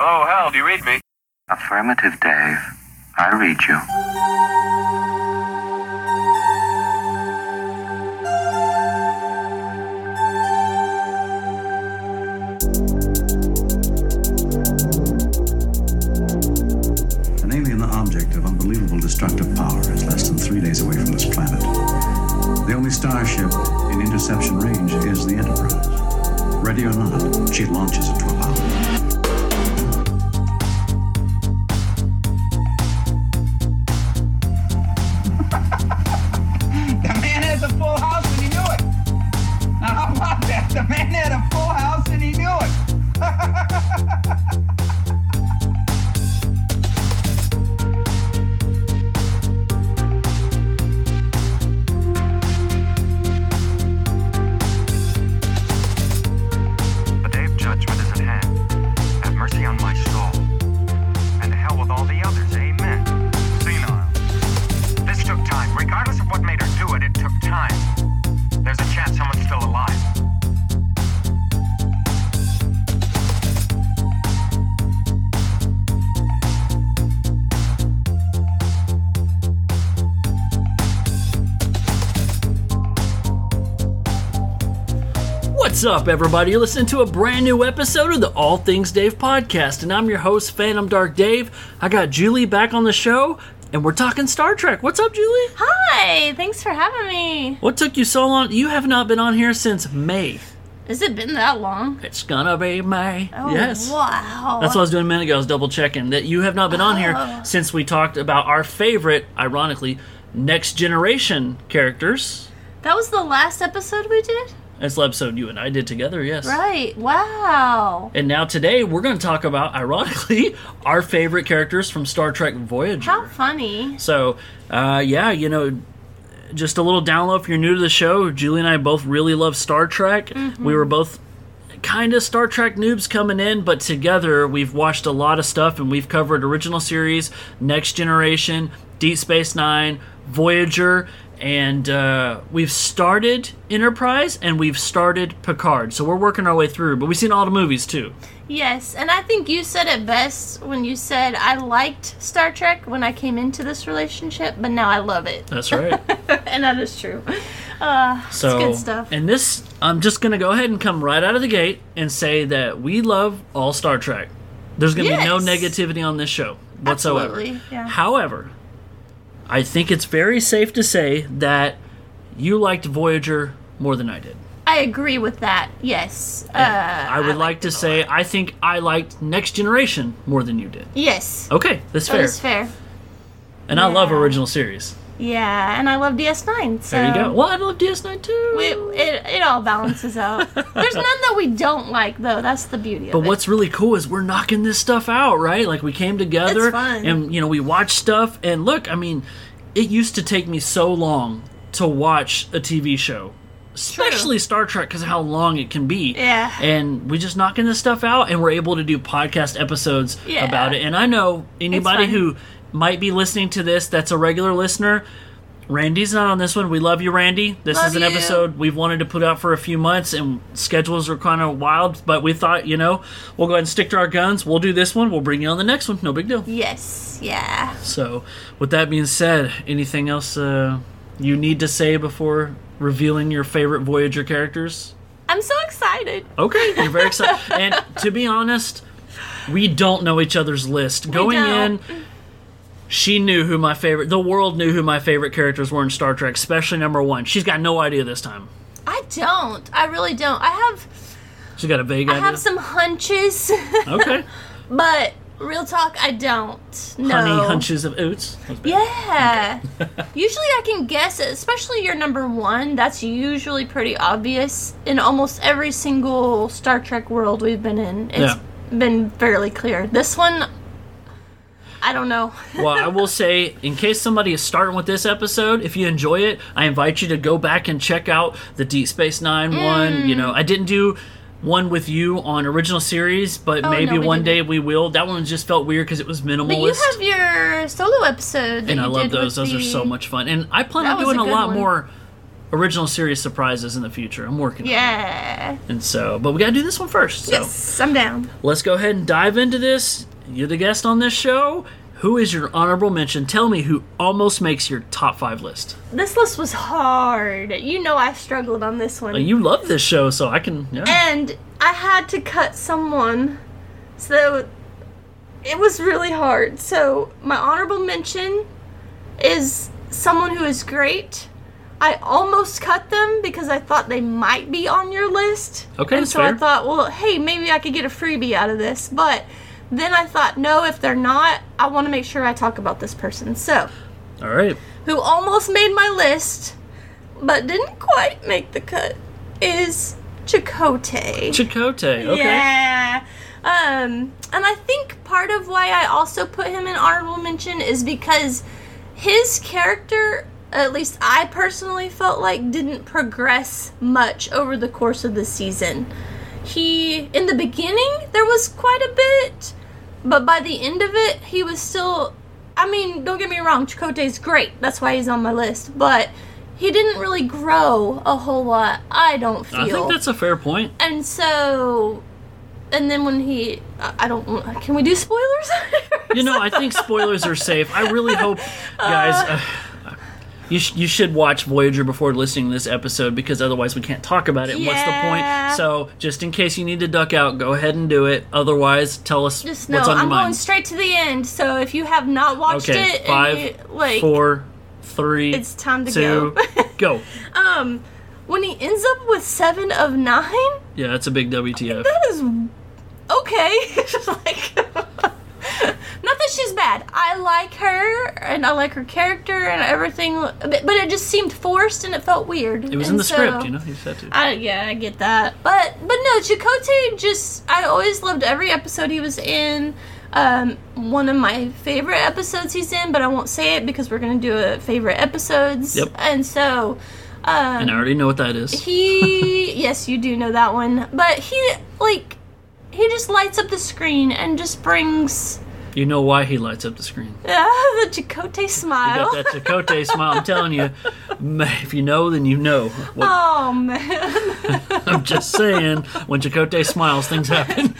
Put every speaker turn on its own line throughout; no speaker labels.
Oh, Hal, do you read me?
Affirmative, Dave. I read you.
An alien object of unbelievable destructive power is less than three days away from this planet. The only starship in interception range is the Enterprise. Ready or not, she launches into a mountain.
The man has a full house and he knew it. Now, how about that? The man had a full house and he knew it.
The day of judgment is at hand. Have mercy on my soul. And to hell with all the others. Amen. Senile. This took time. Regardless of what made her do it, it took time. There's a chance someone's still alive.
What's up, everybody? You're listening to a brand new episode of the All Things Dave podcast, and I'm your host, Phantom Dark Dave. I got Julie back on the show, and we're talking Star Trek. What's up, Julie?
Hi, thanks for having me.
What took you so long? You have not been on here since May.
Has it been that long?
It's gonna be May.
Oh,
Uh, yes.
Wow.
That's what I was doing a minute ago. I was double checking that you have not been on
Oh.
here since we talked about our favorite, ironically, next generation characters.
That was the last episode we did?
That's the episode you and I did together, yes.
Right. Wow.
And now today we're going to talk about, ironically, our favorite characters from Star Trek Voyager.
How funny.
So, uh, yeah, you know, just a little download if you're new to the show. Julie and I both really love Star Trek. We were both kind of Star Trek noobs coming in, but together we've watched a lot of stuff and we've covered original series, Next Generation, Deep Space Nine, Voyager. And uh, we've started Enterprise and we've started Picard. So we're working our way through, but we've seen all the movies too.
Yes, and I think you said it best when you said I liked Star Trek when I came into this relationship, but now I love it.
That's right.
and that is true.
So,
good stuff.
And this, I'm just going to go ahead and come right out of the gate and say that we love all Star Trek. There's going to be no
Yes.
negativity on this show whatsoever.
Absolutely, yeah.
However, I think it's very safe to say that you liked Voyager more than I did.
I agree with that. Yes. Uh,
I would like to say I think I liked Next Generation more than you did.
yes.
Okay, that's
That
fair.
is fair.
And I love original series.
Yeah, and I love DS9. So
There you go. Well, I love DS9 too.
It, it, it all balances out. There's none that we don't like, though. That's the beauty of
But
it.
what's really cool is we're knocking this stuff out, right? Like we came together
It's fun.
and you know we watched stuff and look, I mean, it used to take me so long to watch a TV show, especially Star Trek because of how long it can be.
Yeah.
And we just knocking this stuff out and we're able to do podcast episodes
Yeah.
about it. And I know anybody
fun.
who might be listening to this that's a regular listener, Randy's not on this one. We love you, Randy. This
Love
is an
you.
episode we've wanted to put out for a few months, and schedules are kind of wild. But we thought, you know, we'll go ahead and stick to our guns. We'll do this one. We'll bring you on the next one. No big deal.
Yes, yeah.
So, with that being said, anything else uh, you need to say before revealing your favorite Voyager characters?
I'm so excited.
Okay, you're very excited. and to be honest, we don't know each other's list. Going in,
don't.
she knew who my favorite, the world knew who my favorite characters were in Star Trek, especially number one. She's got no idea this time.
I don't. I really don't. I have
She's got a vague
I
idea.
have some hunches,
okay.
but real talk, I don't. No.
Honey hunches of oats. That's bad.
Yeah. usually I can guess it, especially your number 1. That's usually pretty obvious in almost every single Star Trek world we've been in. It's been fairly clear. This one I don't know.
well, I will say, in case somebody is starting with this episode, if you enjoy it, I invite you to go back and check out the Deep Space Nine one.
Mm.
You know, I didn't do one with you on original series, but
Oh,
maybe
no, we
one
didn't.
day we will. That one just felt weird because it was minimalist.
But you have your solo episode that
and
you
I love
did with
those. Those are
the-
so much fun. And I plan
That
on
was
doing
a
a,
good
lot
one.
more original series surprises in the future. I'm working on it.
Yeah.
And so, but we got to do this one first. So
Yes, I'm down.
let's go ahead and dive into this. You're the guest on this show. Who is your honorable mention? Tell me who almost makes your top five list.
This list was hard. You know I struggled on this one.
Like, you love this show, so I can. Yeah.
and I had to cut someone, so it was really hard. So my honorable mention is someone who is great. I almost cut them because I thought they might be on your list.
Okay,
and
that's
so I
fair.
thought, well, hey, maybe I could get a freebie out of this. But then I thought, no, if they're not, I want to make sure I talk about this person. So
All right.
who almost made my list but didn't quite make the cut is Chakotay.
Chicote. Okay.
Yeah. Um, and I think part of why I also put him in honorable mention is because his character, at least I personally felt like, didn't progress much over the course of the season. He, in the beginning, there was quite a bit, but by the end of it, he was still. I mean, don't get me wrong, Chakotay's great. That's why he's on my list, but he didn't really grow a whole lot. I don't feel
I think that's a fair point.
and so and then when he i I don't want- can we do spoilers
You know, I think spoilers are safe. I really hope, guys. Uh, you, sh- you should watch Voyager before listening to this episode because otherwise we can't talk about it. And
Yeah.
What's the point? So, just in case you need to duck out, go ahead and do it. Otherwise, tell us
just no
what's on your
i'm going
mind.
straight to the end so if you have not watched
okay,
it
five,
and you, like
four, three,
It's time to
two,
go.
go.
when he ends up with seven of nine
Yeah, that's a big WTF.
that is okay It's like not that she's bad i like her and i like her character and everything but but it just seemed forced and um, it felt weird
It was in the script, you know. You said to.
I, yeah, I get that. But but no, Chakotay just I always loved every episode he was in. Um, one of my favorite episodes he's in, but I won't say it because we're gonna do a favorite episodes.
Yep.
And so, um,
and I already know what that is.
he yes you do know that one but he like he just lights up the screen and just brings
You know why he lights up the screen.
uh, the Chakotay
You
smile
got that Chakotay smile. I'm telling you, ma- if you know, then you know. What
oh man
I'm just saying, when Chakotay smiles, things happen.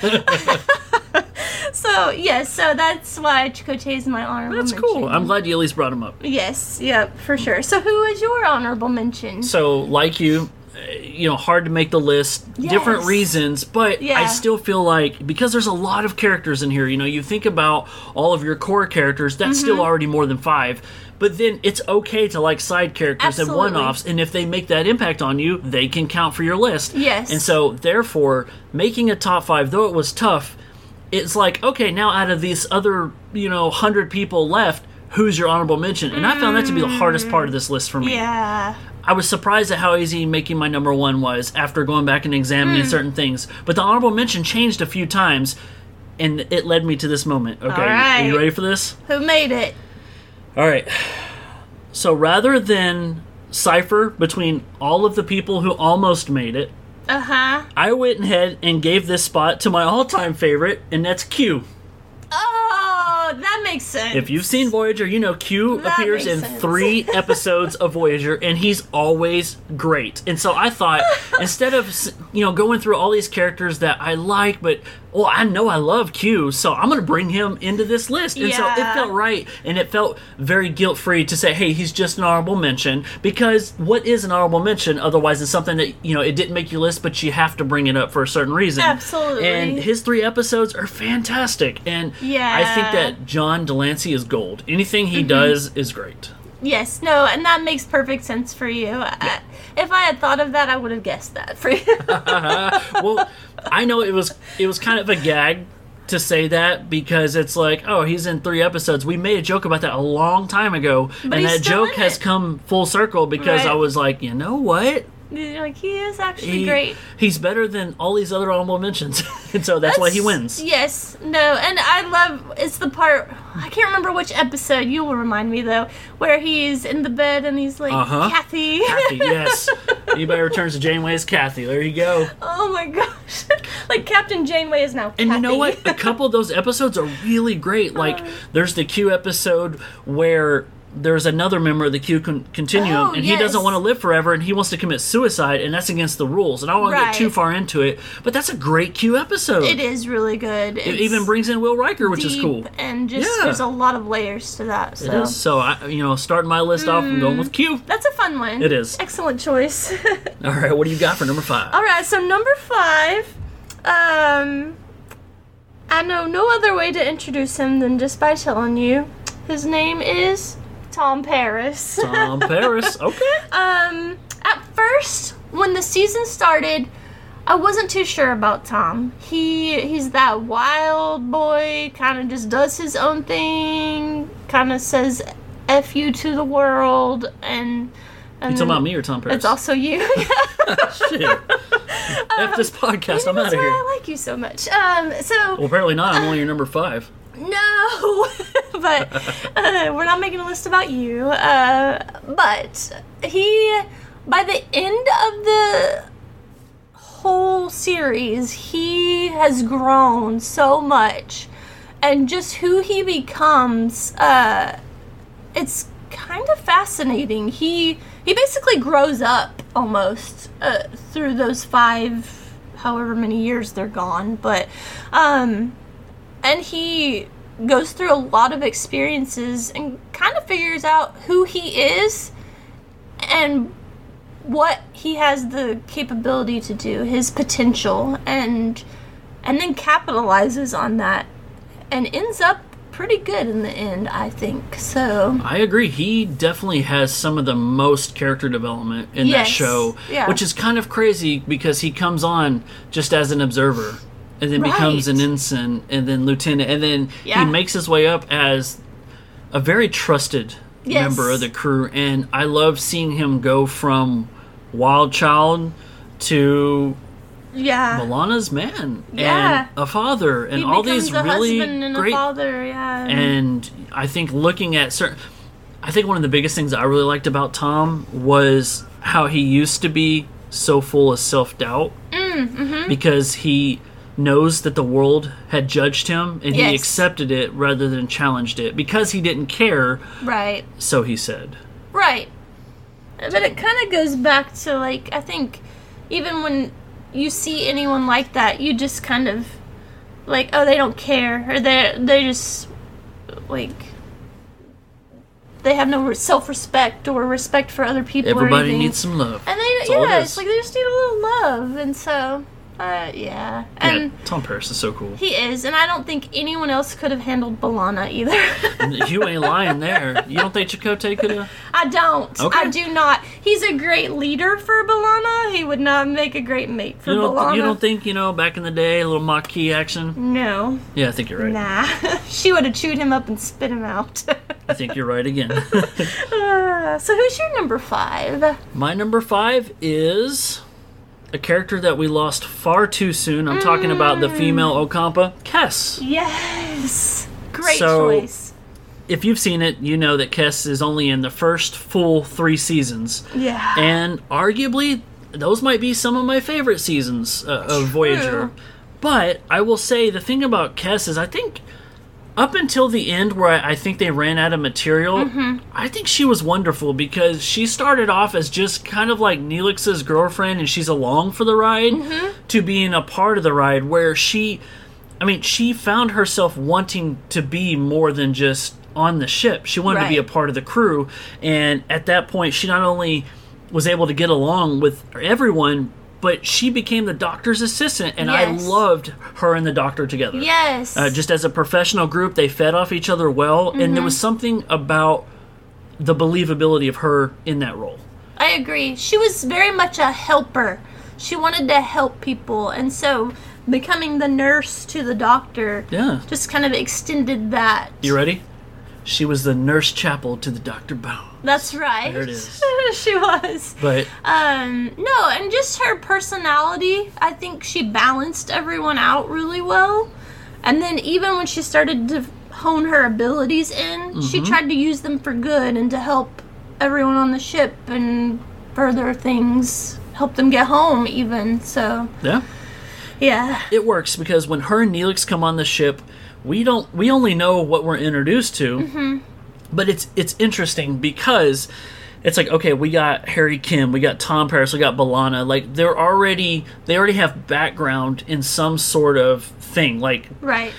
so yes so that's why Chakotay is my honorable
That's cool.
mention.
I'm glad you at least brought him up.
Yes, yep, for sure. So, who is your honorable mention?
So, like you, uh, you know, hard to make the list. Different
Yes.
reasons, but I
Yeah.
still feel like because there's a lot of characters in here. You know, you think about all of your core characters. That's still
Mm-hmm.
already more than five. But then it's okay to like side characters
Absolutely.
and one-offs, and if they make that impact on you, they can count for your list.
Yes.
And so, therefore, making a top five, though it was tough, it's like, okay, now out of these other, you know, 100 people left, who's your honorable mention? And I found that to be the hardest part of this list for
Mm-hmm.
me.
yeah,
I was surprised at how easy making my number one was after going back and examining certain things. But the honorable mention changed a few times, and it led me to this moment. Okay, are
right.
you ready for this?
who made it?
All right. So rather than cipher between all of the people who almost made it,
Uh huh.
I went ahead and gave this spot to my all-time favorite, and that's Q.
Oh, that makes sense.
If you've seen Voyager, you know Q
That
appears
makes
in
sense.
three episodes of Voyager, and he's always great. And so I thought, instead of s- you know going through all these characters that I like, but well, I know I love Q, so I'm going to bring him into this list. And so it
Yeah.
felt right, and it felt very guilt free to say, hey, he's just an honorable mention, because what is an honorable mention otherwise than something that you know it didn't make your list, but you have to bring it up for a certain reason.
Absolutely.
And his three episodes are fantastic, and I think
Yeah. Mm-hmm.
that John Delancey is gold. Anything he does is great.
yes, no, and that makes perfect sense for you. I, if I had thought of that, I would have guessed that for you.
Well, I know it was it was kind of a gag to say that because it's like, oh, he's in three episodes. We made a joke about that a long time ago, and
he's
that
still
joke
in
has
it.
come full circle because
Right.
I was like, you know what?
You're like he is actually
He-
great.
He's better than all these other honorable mentions, and so that's, why he wins.
Yes, no, and I love it's the part I can't remember which episode. You will remind me though, where he's in the bed and he's like
Uh-huh.
Kathy.
Kathy, yes. Anybody returns to Janeway's Kathy. There you go.
oh my gosh, like Captain Janeway is now.
And you know
Kathy. Uh.
what? A couple of those episodes are really great. Like, there's the Q episode where there's another member of the Q con- continuum,
Oh,
and he
yes.
doesn't want to live forever, and he wants to commit suicide, and that's against the rules. And I don't want
Right.
to get too far into it, but that's a great Q episode.
It is really good.
It even brings in Will Riker, which is cool.
And just
Yeah.
there's a lot of layers to that. So.
It is. So I, you know, starting my list off, I'm going with Q.
That's a fun one.
It is.
Excellent choice.
All right, what do you got for number five?
All right, so number five. Um, I know no other way to introduce him than just by telling you. His name is Tom Paris.
Tom Paris. Okay.
Um, at first, when the season started, I wasn't too sure about Tom. He he's that wild boy, kind of just does his own thing, kind of says "f you" to the world, and and
You talking
then-
about me or Tom Paris?
It's also you.
Shit. F this podcast. I'm out
That's
of
why
here.
Um, I like you so much. Um, so
Well, apparently not. I'm only your number five.
no, but uh, we're not making a list about you. Uh, but he, by the end of the whole series, he has grown so much, and just who he becomes. Uh, it's kind of fascinating. He he basically grows up almost uh, through those five, however many years they're gone. But, um, and he goes through a lot of experiences and kind of figures out who he is and what he has the capability to do, his potential, and and then capitalizes on that and ends up pretty good in the end, I think. So
I agree. He definitely has some of the most character development in
Yes.
that show,
Yeah.
which is kind of crazy because he comes on just as an observer and then becomes
Right.
an ensign and then lieutenant and then
Yeah.
he makes his way up as a very trusted
Yes.
member of the crew and I love seeing him go from wild child to
Yeah.
Alana's man
Yeah.
and a father and
He
all
becomes
these
a
really
husband and
great
a father, yeah.
and I think looking at certain, I think one of the biggest things I really liked about Tom was how he used to be so full of self doubt
Mm, mm-hmm.
because he knows that the world had judged him and
Yes.
he accepted it rather than challenged it because he didn't care.
right.
So he said,
Right. But it kind of goes back to like I think even when you see anyone like that, you just kind of like oh they don't care or they they just like they have no self respect or respect for other people. or
"Everybody
anything.
needs some love."
And they
That's all it
yeah,
is.
it's like they just need a little love, and so uh, yeah,
Yeah,
and.
Tom Paris is so cool.
He is, and I don't think anyone else could have handled Balana either.
you ain't lying there. You don't think Chakotay could have?
I don't.
Okay.
I do not. He's a great leader for Balana. He would not make a great mate for
You
Balana.
don't, you don't think you know back in the day a little Maquis
Mm.
action?
no.
Yeah, I think you're right.
Nah. she would have chewed him up and spit him out.
I think you're right again.
Uh, so who's your number five?
My number five is a character that we lost far too soon. I'm talking about the female Okampa, Kess.
Yes. Great
So-
choice.
If you've seen it, you know that Kess is only in the first full three seasons.
Yeah.
And arguably, those might be some of my favorite seasons uh, of Voyager. But I will say the thing about Kess is I think up until the end where I, I think they ran out of material, I think she was wonderful because she started off as just kind of like Neelix's girlfriend and she's along for the ride
Mm-hmm.
to being a part of the ride where she I mean, she found herself wanting to be more than just on the ship. She wanted to be
Right.
a part of the crew. And at that point, she not only was able to get along with everyone, but she became the doctor's assistant. And
Yes.
I loved her and the doctor together.
yes.
Uh, just as a professional group, they fed off each other well. And there was something about the believability of her in that role.
I agree. She was very much a helper. She wanted to help people, and so becoming the nurse to the doctor
Yeah.
just kind of extended that.
You ready? She was the nurse chapel to the Dr. Bone.
That's right.
There it is.
she was.
But
Um, no, and just her personality. I think she balanced everyone out really well. And then even when she started to hone her abilities in, she
Mm-hmm.
tried to use them for good and to help everyone on the ship and further things, help them get home even. So,
yeah.
yeah.
it works because when her and Neelix come on the ship, we don't we only know what we're introduced to. but it's it's interesting because it's like okay we got harry kim we got tom paris we got balana like they're already they already have background in some sort of thing like
Right.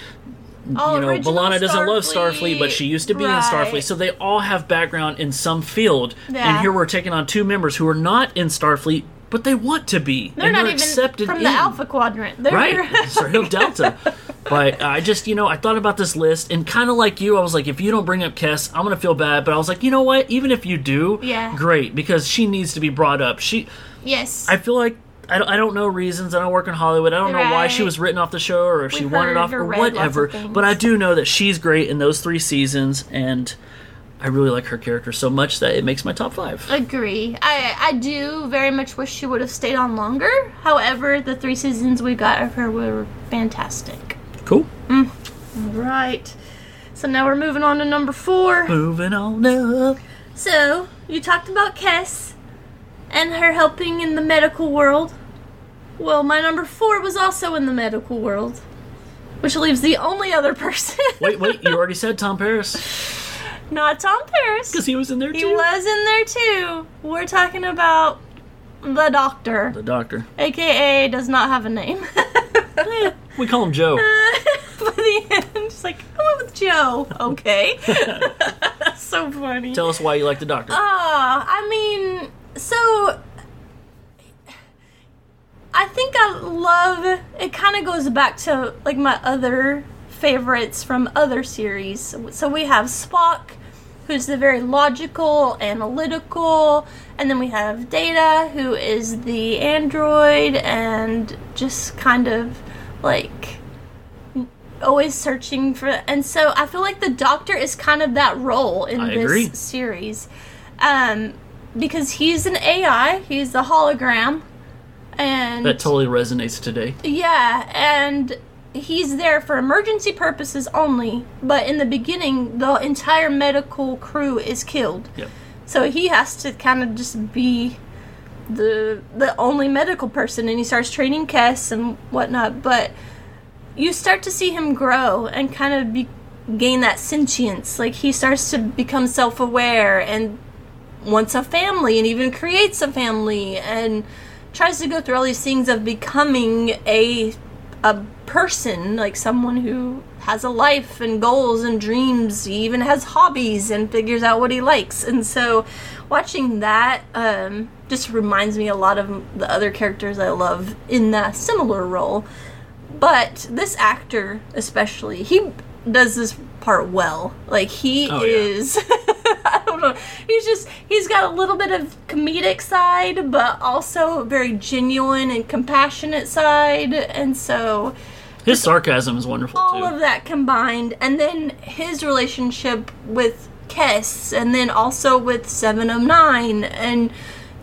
Oh,
you know balana doesn't love starfleet but she used to be in starfleet so they all have background in some field and
Yeah.
here we're taking on two members who are not in starfleet but they want to be
they're
and
not
they're
even
accepted
from
in.
the Alpha Quadrant. They're
Right, Cerno Delta. But I just, you know, I thought about this list, and kind of like you, I was like, if you don't bring up Kess, I'm gonna feel bad. But I was like, you know what? Even if you do,
Yeah.
great, because she needs to be brought up. She,
yes.
I feel like I don't, I don't know reasons. I don't work in Hollywood. I don't know why she
Right.
was written off the show or if she
We've
wanted
heard
off
or
or
read lots of
whatever.
things.
But I do know that she's great in those three seasons, and I really like her character so much that it makes my top five.
agree. I I do very much wish she would have stayed on longer. However, the three seasons we got of her were fantastic.
Cool.
Right. So now we're moving on to number four.
Moving on up.
So, you talked about Kess and her helping in the medical world. Well, my number four was also in the medical world, which leaves the only other person.
Wait, wait, you already said Tom Paris
Not Tom Paris.
because he was in there too.
He was in there too. We're talking about the doctor,
the doctor.
aka does not have a name.
We call him Joe.
By the end, it's like, I went with Joe. Okay. so funny.
Tell us why you like the doctor.
Ah, I mean, so I think I love it. Kind of goes back to like my other favorites from other series. So we have Spock, who's the very logical, analytical, and then we have Data, who is the android and just kind of like always searching for and so i feel like the doctor is kind of that role in
I
this
agree.
series um because he's an ai he's a hologram and
that totally resonates today.
yeah and he's there for emergency purposes only but in the beginning the entire medical crew is killed
Yep.
so he has to kind of just be the the only medical person, and he starts training Kess and whatnot. But you start to see him grow and kind of be, gain that sentience. Like he starts to become self aware and wants a family, and even creates a family, and tries to go through all these things of becoming a a person, like someone who has a life and goals and dreams. He even has hobbies and figures out what he likes. And so, watching that um, just reminds me a lot of the other characters I love in that similar role. But this actor, especially, he does this part well. Like he
Oh, yeah.
is. I don't know. He's just he's got a little bit of comedic side, but also a very genuine and compassionate side, and so
His sarcasm is wonderful
all
too.
of that combined, and then his relationship with Kess, and then also with Seven of Nine, and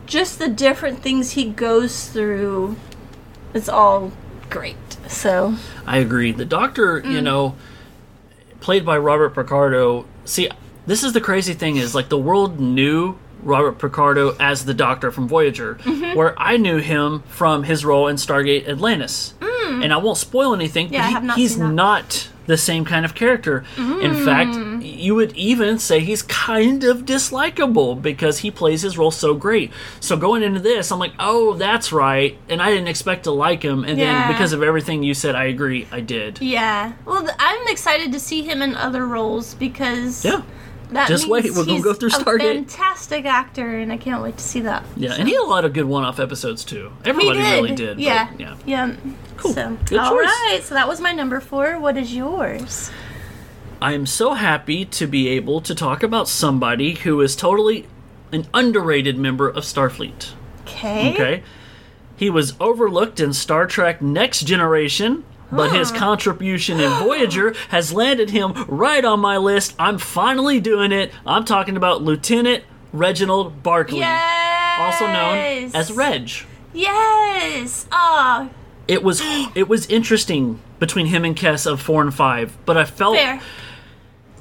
just the different things he goes through. It's all great. So
I agree. The doctor,
Mm.
you know, played by Robert Picardo. See, this is the crazy thing is like the world knew Robert Picardo as the doctor from Voyager,
Mm-hmm.
where I knew him from his role in Stargate Atlantis. And I won't spoil anything,
Mm. Yeah, I
but he-
have not
he's
seen that.
not the same kind of character. In fact, you would even say he's kind of dislikable because he plays his role so great. So going into this, I'm like, oh, that's right. And I didn't expect to like him. And
Yeah.
then because of everything you said, I agree, I did.
yeah, well, th- I'm excited to see him in other roles because
Yeah.
that
Just
means
wait, we're gonna
he's
go through
a
Stargate.
Fantastic actor, and I can't wait to see that.
Yeah, and he had a lot of good one off episodes too. Everybody really did. but
Yeah.
yeah.
Yeah.
Cool.
So,
Good
all
choice.
right, So that was my number four. What is yours?
I am so happy to be able to talk about somebody who is totally an underrated member of Starfleet.
Okay.
Okay. He was overlooked in Star Trek Next Generation, but his contribution in Voyager has landed him right on my list. I'm finally doing it. I'm talking about Lieutenant Reginald Barkley,
Yes.
also known as Reg.
Yes. Ah.
It was it was interesting between him and Kess of 4 and 5, but I felt
fair.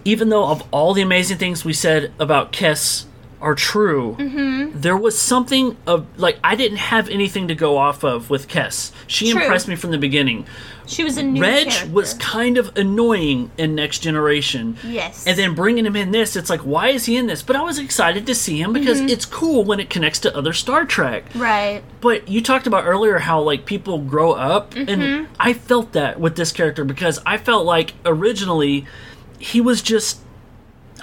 even though of all the amazing things we said about Kess are true,
Mm-hmm.
there was something of like I didn't have anything to go off of with Kess. She
True.
impressed me from the beginning.
She was a new
Reg was
character.
kind of annoying in Next Generation.
Yes.
And then bringing him in this, it's like, why is he in this? But I was excited to see him because
Mm-hmm.
it's cool when it connects to other Star Trek.
right.
But you talked about earlier how like people grow up, and I felt that with this character because I felt like originally he was just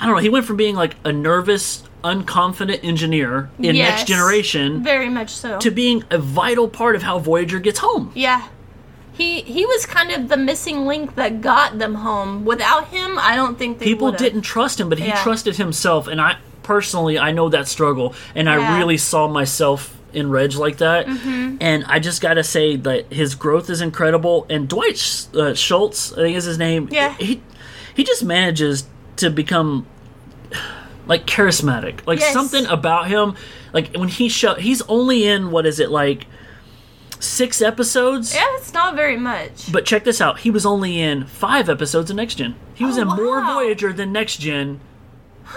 I don't know. He went from being like a nervous, unconfident engineer in
Yes.
Next Generation
Very much so.
to being a vital part of how Voyager gets home.
yeah. He he was kind of the missing link that got them home. Without him, I don't think they
people
would've.
didn't trust him but he
Yeah.
trusted himself and i personally i know that struggle and i
Yeah. Mm-hmm.
really saw myself in reg like that and i just gotta say that his growth is incredible and dwight Sch- uh, schultz i think is his name
Yeah.
he he just manages to become like charismatic like
Yes.
something about him like when he show he's only in what is it like six episodes
Yeah, it's not very much.
but check this out. He was only in five episodes of Next Gen. He was
Oh,
in more
wow.
Voyager than Next Gen.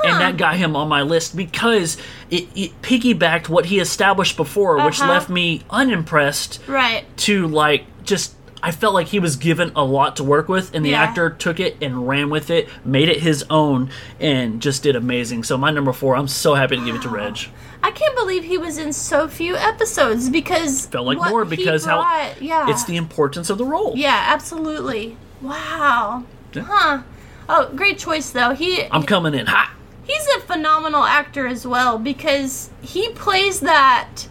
And that got him on my list because it, it piggybacked what he established before, which
Uh-huh.
left me unimpressed
right.
to like just. I felt like he was given a lot to work with, and the
Yeah.
actor took it and ran with it, made it his own, and just did amazing. So, my number four, I'm so happy to give it to Reg.
I can't believe he was in so few episodes because
Felt like
what
more
he
because how
brought- yeah
it's the importance of the role.
yeah absolutely wow
Yeah.
huh oh great choice though he
I'm coming in hot.
he's a phenomenal actor as well because he plays that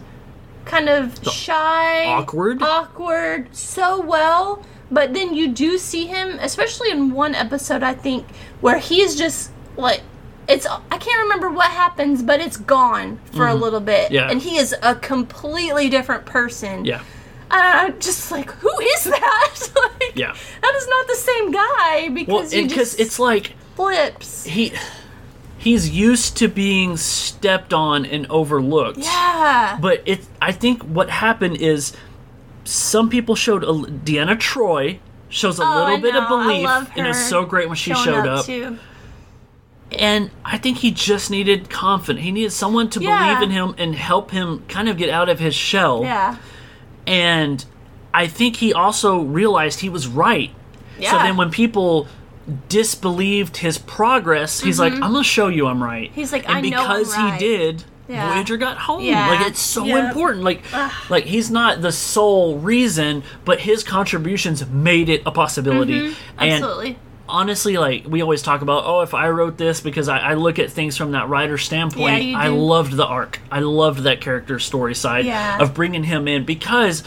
kind of shy
awkward?
awkward so well but then you do see him especially in one episode i think where he is just like it's i can't remember what happens but it's gone for a little bit
Mm-hmm. Yeah.
and he is a completely different person
Yeah.
and i'm just like who is that like
Yeah.
that is not the same guy
Well,
because he
because
just
it's like.
flips
he he's used to being stepped on and overlooked
yeah
but it i think what happened is some people showed a, deanna troy shows a
Oh,
little
I
bit of
know. I
belief
love
and it's
her
so great when she
showing
showed up,
too.
and i think he just needed confidence he needed someone to
Yeah.
believe in him and help him kind of get out of his shell
Yeah.
and i think he also realized he was right
Yeah.
so then when people disbelieved his progress, he's like, I'm gonna show you I'm right.
Mm-hmm. He's like,
and
"I know I'm
because
right."
he did,
Yeah.
Voyager got home.
Yeah.
Like it's so
Yeah.
important. Like like he's not the sole reason, but his contributions made it a possibility.
Mm-hmm.
And
Absolutely.
honestly, like we always talk about, oh, if I wrote this because I, I look at things from that writer standpoint,
you
I
do.
loved the arc. I loved that character's story side
Yeah.
of bringing him in because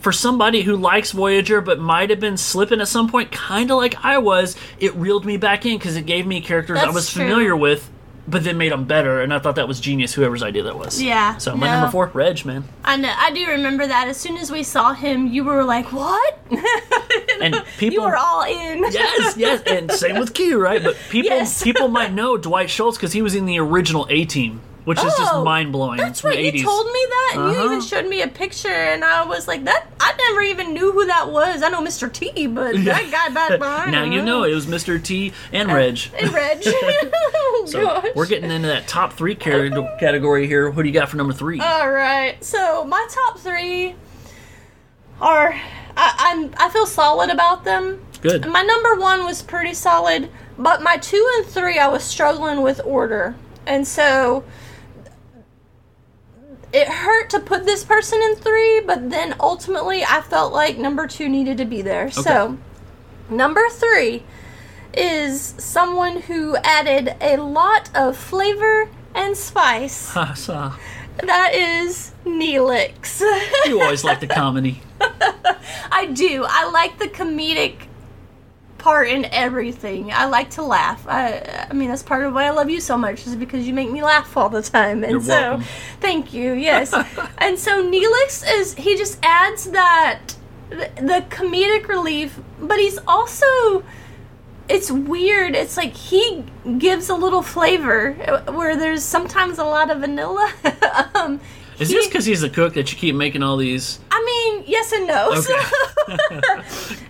for somebody who likes Voyager but might have been slipping at some point, kind of like I was, it reeled me back in because it gave me characters I
That's
was
true.
familiar with. But then made them better, and I thought that was genius. Whoever's idea that was.
Yeah,
So my
no.
number four, Reg, man,
I know. I do remember that. As soon as we saw him, you were like, "What?
and people
you were all in."
yes, yes, and same with Q, right? But people
Yes.
people might know Dwight Schultz because he was in the original A Team, which is just
Oh,
mind blowing.
That's
from
right.
the
You
80s.
told me that, and
Uh-huh.
you even showed me a picture, and I was like, "That." I never even knew who that was. I know Mr. T, but that guy back behind.
now
I
you
don't
know it was Mr. T and Reg.
And Reg. oh,
So
gosh.
we're getting into that top three car- category here. What do you got for number three?
All right. So my top three are I, I'm I feel solid about them.
Good.
My number one was pretty solid, but my two and three I was struggling with order, and so it hurt to put this person in three. But then ultimately, I felt like number two needed to be there. So number three is someone who added a lot of flavor and spice.
Ah, so-
That is Neelix.
you always like the comedy.
I do. I like the comedic part in everything. I like to laugh. I, I mean, that's part of why I love you so much, is because you make me laugh all the time. And
You're
so,
welcome.
thank you. Yes. and so Neelix is he just adds that th- the comedic relief, but he's also it's weird. It's like he gives a little flavor uh, where there's sometimes a lot of vanilla. um,
Is this because he's a cook that you keep making all these?
I mean, yes and no. So-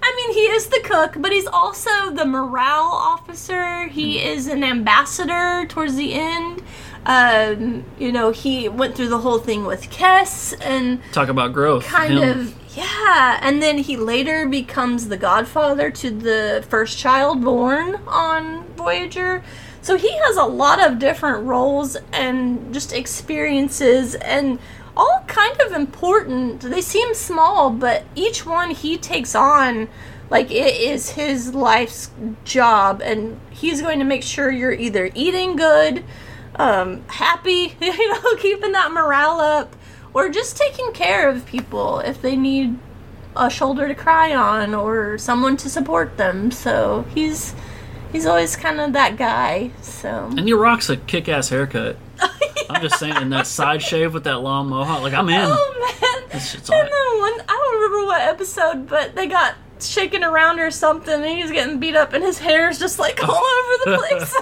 I mean, he is the cook, but he's also the morale officer. He is an ambassador towards the end. Um, you know, he went through the whole thing with Kess and
Talk about growth.
kind
Him.
of yeah and then he later becomes the godfather to the first child born on voyager so he has a lot of different roles and just experiences and all kind of important they seem small but each one he takes on like it is his life's job and he's going to make sure you're either eating good um, happy, you know, keeping that morale up, or just taking care of people if they need a shoulder to cry on or someone to support them. So he's he's always kind of that guy. So
And he rocks a kick ass haircut. I'm just saying, that side shave with that long mohawk. Like, I'm in.
oh man,
It's- it's
and
all
then
right.
one I don't remember what episode, but they got shaken around or something, and he's getting beat up, and his hair's just like all over the place.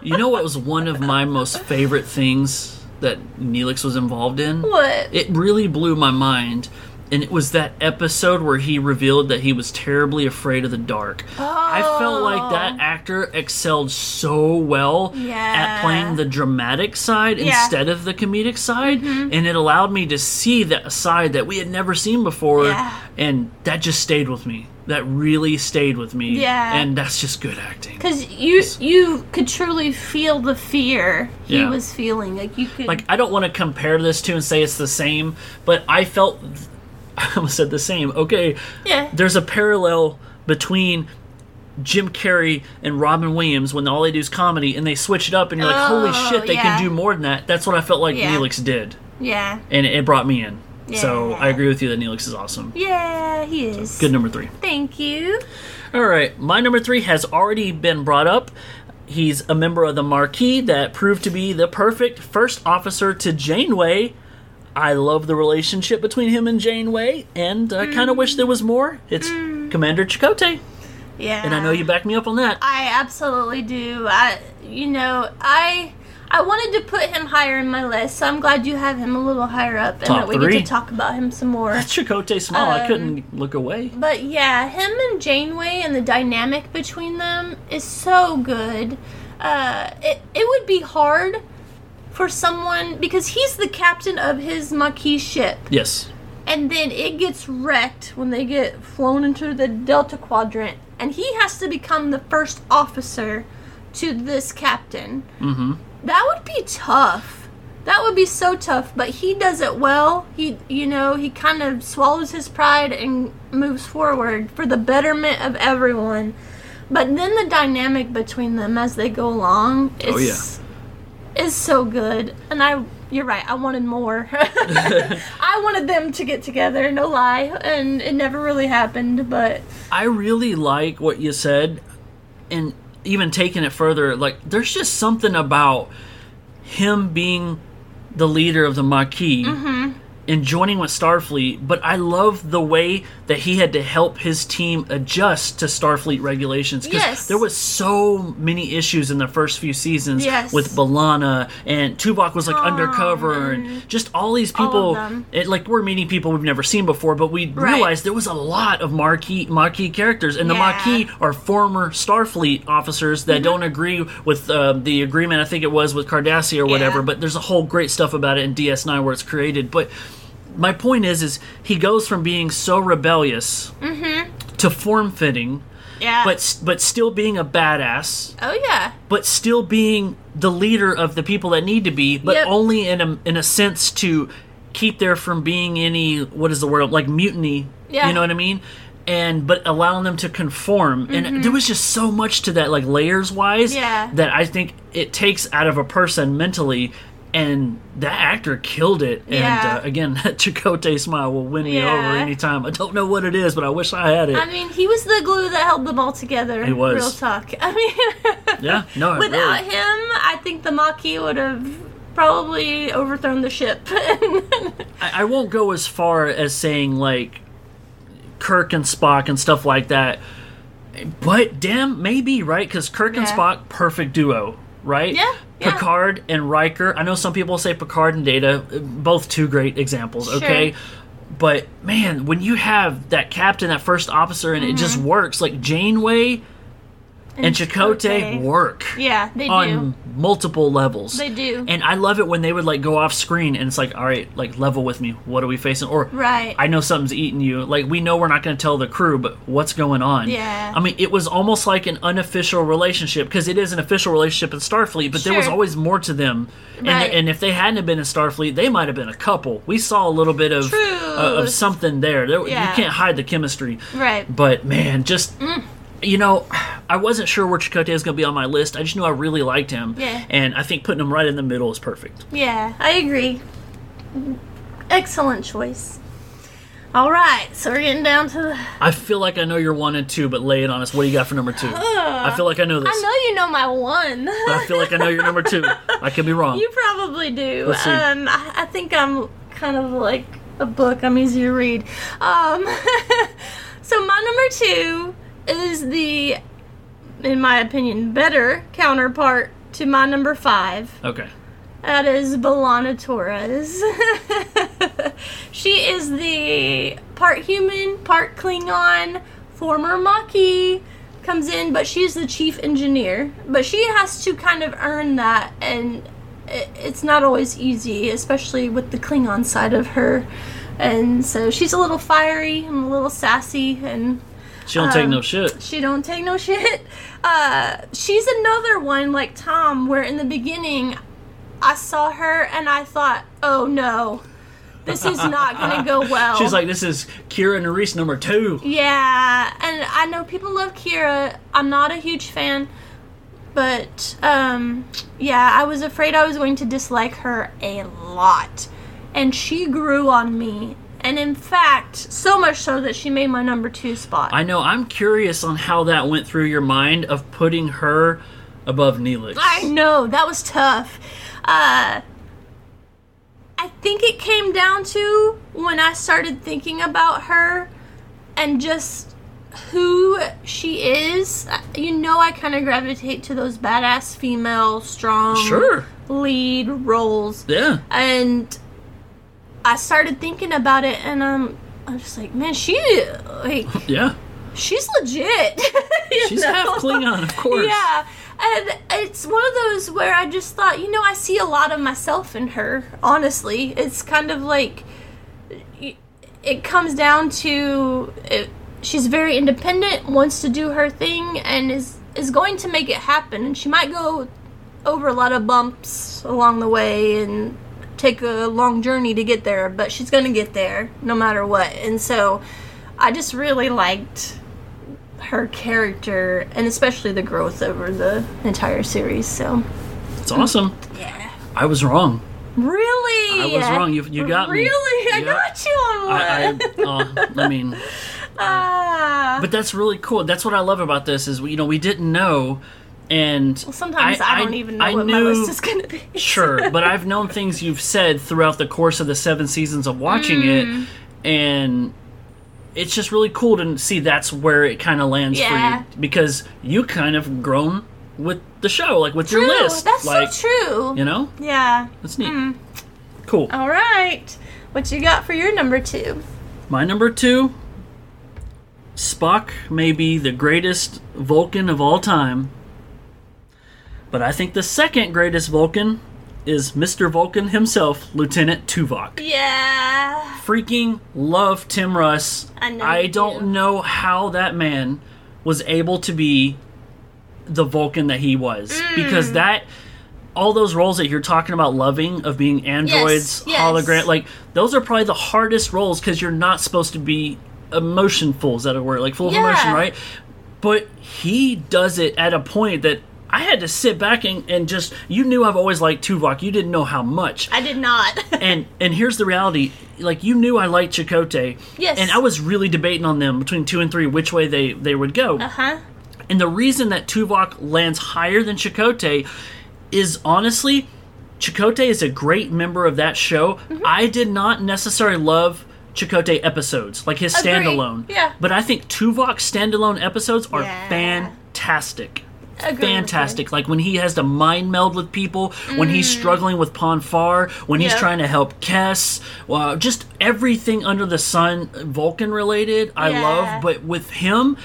You know what was one of my most favorite things that Neelix was involved in?
what?
It really blew my mind. And it was that episode where he revealed that he was terribly afraid of the dark. I felt like
Oh.
that actor excelled so well
Yeah.
at playing the dramatic side
Yeah. Mm-hmm.
instead of the comedic side. And it allowed me to see that side that we had never seen before.
Yeah.
And that just stayed with me. That really stayed with me.
Yeah.
And that's just good acting.
Because you you could truly feel the fear he
Yeah.
was feeling. Like you could.
like I don't want to compare this to and say it's the same, but I felt I almost said the same. Okay,
Yeah.
there's a parallel between Jim Carrey and Robin Williams when all they do is comedy and they switch it up and you're like, holy
Oh,
shit, they
yeah.
can do more than that. That's what I felt like
Yeah.
Neelix did,
yeah.
and it brought me in. So
Yeah.
I agree with you that Neelix is awesome.
Yeah, he is.
Good number three.
Thank you.
All right, my number three has already been brought up. He's a member of the Marquis that proved to be the perfect first officer to Janeway. I love the relationship between him and Janeway, and I kind of wish there was more. It's Commander Chakotay,
Yeah.
and I know you back me up on that.
I absolutely do. I, you know, I, I wanted to put him higher in my list, so I'm glad you have him a little higher up, and
Top
that we
three.
get to talk about him some more.
Chakotay small, I couldn't look away.
But yeah, him and Janeway and the dynamic between them is so good. Uh, it it would be hard for someone because he's the captain of his Maquis ship,
Yes,
and then it gets wrecked when they get flown into the Delta Quadrant, and he has to become the first officer to this captain. Mm-hmm. That would be tough. That would be so tough, but he does it well. He, you know, he kind of swallows his pride and moves forward for the betterment of everyone. But then the dynamic between them as they go along
Oh,
is is so good. And I, you're right. I wanted more. I wanted them to get together, no lie, and it never really happened. But
I really like what you said, and even taking it further, like there's just something about him being the leader of the Maquis
Mm-hmm.
and joining with Starfleet. But I love the way that he had to help his team adjust to Starfleet regulations because
Yes.
there was so many issues in the first few seasons
Yes.
with Balana and Tuvok was like undercover and just all these people.
mm-hmm. them.
it, like we're meeting people we've never seen before, but we
Right.
realized there was a lot of Marquis Maquis characters, and
Yeah. Mm-hmm.
the Maquis are former Starfleet officers that don't agree with uh, the agreement. I think it was with Cardassia or whatever.
Yeah.
But there's a whole great stuff about it in DS9 where it's created. But my point is, is he goes from being so rebellious to form fitting,
Mm-hmm. yeah,
but s- but still being a badass
oh yeah,
but still being the leader of the people that need to be, but
Yep.
only in a in a sense to keep there from being any what is the word like mutiny.
Yeah.
You know what I mean? And but allowing them to conform, and there was just so much to that, like layers wise,
Mm-hmm. Yeah.
that I think it takes out of a person mentally. And that actor killed it.
Yeah.
And uh, again, that Chakotay smile will win me over
Yeah.
anytime. I don't know what it is, but I wish I had it.
I mean, he was the glue that held them all together.
He was.
Real talk. I mean,
yeah, no, it
without
really-
him, I think the Maquis would have probably overthrown the ship.
I won't go as far as saying like Kirk and Spock and stuff like that, but damn, maybe right because Kirk and
Yeah.
Spock, perfect duo, right?
Yeah, yeah.
Picard and Riker. I know some people say Picard and Data, both two great examples. Okay. But man, when you have that captain, that first officer, and it just
Mm-hmm.
works, like Janeway and, Chakotay
Chakotay.
work
yeah, they do.
on multiple levels.
They do.
And I love it when they would like go off screen and it's like, all right, like level with me. What are we facing? Or
Right.
I know something's eating you. Like we know we're not going to tell the crew, but what's going on?
Yeah.
I mean, it was almost like an unofficial relationship because it is an official relationship in Starfleet, but there was
Sure.
always more to them.
Right.
And, and if they hadn't have been in Starfleet, they might have been a couple. We saw a little bit of
True.
uh, of something there. there
Yeah.
You can't hide the chemistry.
Right.
But man, just
Mm.
you know, I wasn't sure where Chakotay was going to be on my list. I just knew I really liked him.
Yeah.
And I think putting him right in the middle is perfect.
Yeah, I agree. Excellent choice. All right, so we're getting down to the.
I feel like I know you're one and two, but lay it on us. What do you got for number two? I feel like I know this.
I know you know my one.
But I feel like I know you're number two. I could be wrong.
you probably do.
Let's see.
Um, I, I think I'm kind of like a book. I'm easy to read. Um, so my number two is the, in my opinion, better counterpart to my number five.
Okay.
That is Belana Torres. she is the part human, part Klingon, former Maquis, comes in, but she's the chief engineer. But she has to kind of earn that, and i- it's not always easy, especially with the Klingon side of her. And so she's a little fiery and a little sassy, and
She don't
Um,
take no shit.
she don't take no shit. Uh, she's another one like Tom, where in the beginning, I saw her and I thought, oh no, this is not gonna go well.
She's like, this is Kira Nerys number two.
yeah. And I know people love Kira. I'm not a huge fan, but um, yeah, I was afraid I was going to dislike her a lot, and she grew on me. And in fact, so much so that she made my number two spot.
I know. I'm curious on how that went through your mind of putting her above Neelix.
I know that was tough. Uh, I think it came down to when I started thinking about her and just who she is. Uh, You know, I kind of gravitate to those badass female, strong,
Sure.
lead roles
Yeah.
and I started thinking about it, and I'm, I'm just like, man, she like
Yeah.
she's legit. You
She's half Klingon, of course.
Yeah. And it's one of those where I just thought, you know, I see a lot of myself in her, honestly. It's kind of like it comes down to it, she's very independent, wants to do her thing and is is going to make it happen and she might go over a lot of bumps along the way and take a long journey to get there, but she's going to get there no matter what. And so I just really liked her character and especially the growth over the entire series. So
It's awesome. Yeah. I was wrong.
really,
I was wrong. You- you got me.
really? I
Yeah.
got you on one.
I, I, uh, I mean,
Ah.
but that's really cool. That's what I love about this is you know we didn't know, and
Sometimes I, don't even know
I
what my
knew-
list is going to be.
sure, but I've known things you've said throughout the course of the seven seasons of watching
Mm.
it, and it's just really cool to see that's where it kind of lands
Yeah.
for you because you kind of grown with the show, like with your
True.
list.
That's
like,
so true. Mm.
You know,
Yeah.
that's neat. Cool.
All right. What you got for your number two?
My number two, Spock may be the greatest Vulcan of all time, but I think the second greatest Vulcan is Mr. Vulcan himself, Lieutenant Tuvok.
Yeah.
Freaking love Tim Russ.
I know
I
you
don't
do.
know how that man was able to be the Vulcan that he was
Mm.
because that all those roles that you're talking about loving of being androids
yes.
hologram like those are probably the hardest roles because you're not supposed to be emotionful is that a word like full
Yeah.
of emotion right but he does it at a point that i had to sit back and, and just you knew i've always liked tuvok you didn't know how much
I did not.
and and here's the reality like you knew i liked chicote
Yes.
and i was really debating on them between two and three which way they they would go
huh?
and the reason that Tuvok lands higher than Chakotay is honestly, Chakotay is a great member of that show.
Mm-hmm.
I did not necessarily love Chakotay episodes, like his
Agreed.
standalone.
Yeah.
But I think Tuvok's standalone episodes are
Yeah.
fantastic.
Agree with you.
Fantastic. Like when he has to mind meld with people, when he's
Mm.
struggling with Ponfar, when he's
Yep.
trying to help Kess, uh, just everything under the sun, Vulcan related, I
Yeah.
love. But with him,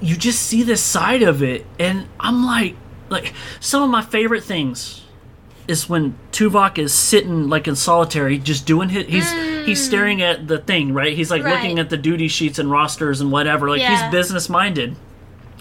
you just see this side of it and i'm like like some of my favorite things is when Tuvok is sitting like in solitary, just doing his. He's he's staring at the thing, right? He's like
Mm. Right.
looking at the duty sheets and rosters and whatever. Like
Yeah.
he's business minded.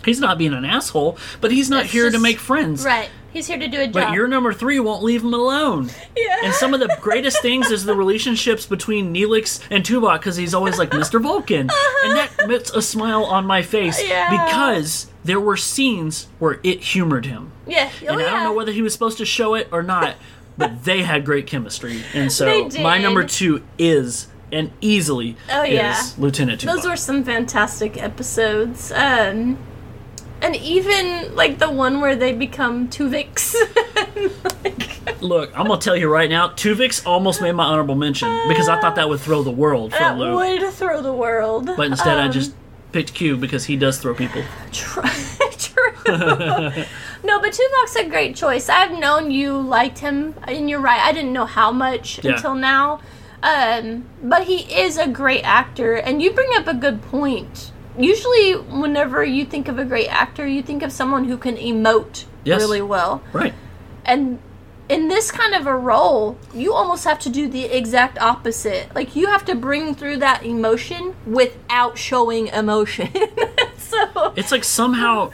He's not being an asshole, but he's not
It's
here to
just-
make friends.
Right. He's here to do a job.
But your number three won't leave him alone.
Yeah.
And some of the greatest things is the relationships between Neelix and Tuvok because he's always like Mr. Vulcan, and that puts a smile on my face
Yeah.
because there were scenes where it humored him,
yeah. Oh,
and I
yeah.
don't know whether he was supposed to show it or not, but they had great chemistry, and so
They
my
did.
number two is and easily
Oh,
is
yeah.
Lieutenant Tuvok.
Those were some fantastic episodes. Um, and even like the one where they become Tuviks.
Look, I'm gonna tell you right now, Tuvix almost made my honorable mention because I thought that would throw the world for
that
Luke.
would throw the world. Um,
But instead, I just picked Q because he does throw people.
True. True. no, but Tuvok's a great choice. I've known you liked him, and you're right. I didn't know how much
Yeah.
until now. Um, but he is a great actor, and you bring up a good point. Usually, whenever you think of a great actor, you think of someone who can emote
Yes.
really well.
Right.
And in this kind of a role, you almost have to do the exact opposite. Like, you have to bring through that emotion without showing emotion. so,
It's like somehow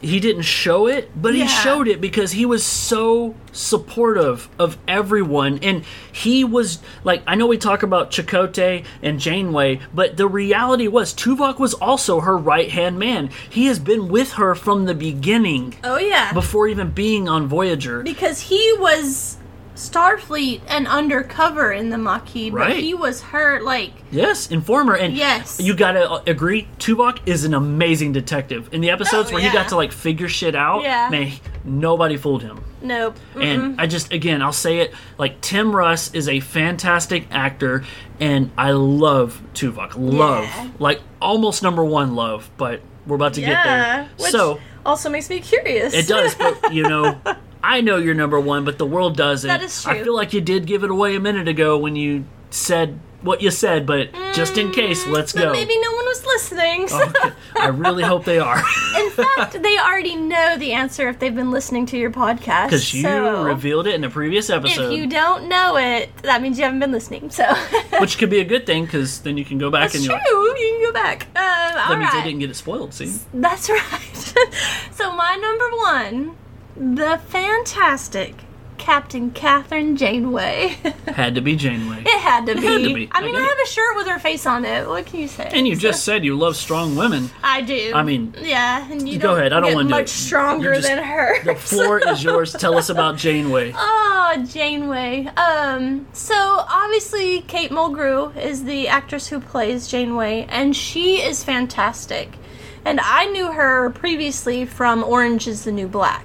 he didn't show it, but
Yeah.
he showed it because he was so supportive of everyone. And he was like, I know we talk about Chakotay and Janeway, but the reality was Tuvok was also her right hand man. He has been with her from the beginning,
oh, yeah.
before even being on Voyager.
because he was Starfleet and undercover in the Maquis, but
Right.
he was her like
Yes, Informer, and
Yes.
you gotta uh, agree. Tuvok is an amazing detective. In the episodes
Oh,
where
yeah.
he got to like figure shit out,
Yeah.
man, he- nobody fooled him.
nope.
And I just, again, I'll say it like Tim Russ is a fantastic actor, and I love Tuvok. Love,
Yeah.
like almost number one love, but we're about to get there.
which
so
also makes me curious.
it does, but you know. I know you're number one, but the world doesn't.
That is
I
true.
feel like you did give it away a minute ago when you said what you said, but just in case, let's
Mm, But
go. Uh-huh.
maybe no one was listening. so-
Okay. I really hope they are
in fact, they already know the answer if they've been listening to your podcast.
because you
so
revealed it in the previous episode,
If you don't know it, that means you haven't been listening. So
which could be a good thing because then you can go back
that's
and
true.
you're like,
You can go back. Um,
that
all
means
right.
they didn't get it spoiled. See,
That's right. so my number one, the fantastic Captain Catherine Janeway. it
had to be Janeway.
had to be.
had to be.
I
I
mean, I
get
have a shirt with her face on it. What can you say?
And you just said you love strong women.
I do.
I mean,
yeah. And you
go
don't
ahead. I don't
get
wanna do
much
it.
stronger
You're just-
than her.
the floor is yours. Tell us about Janeway.
Oh, Janeway. Um, so obviously Kate Mulgrew is the actress who plays Janeway, and she is fantastic. And I knew her previously from Orange is the New Black.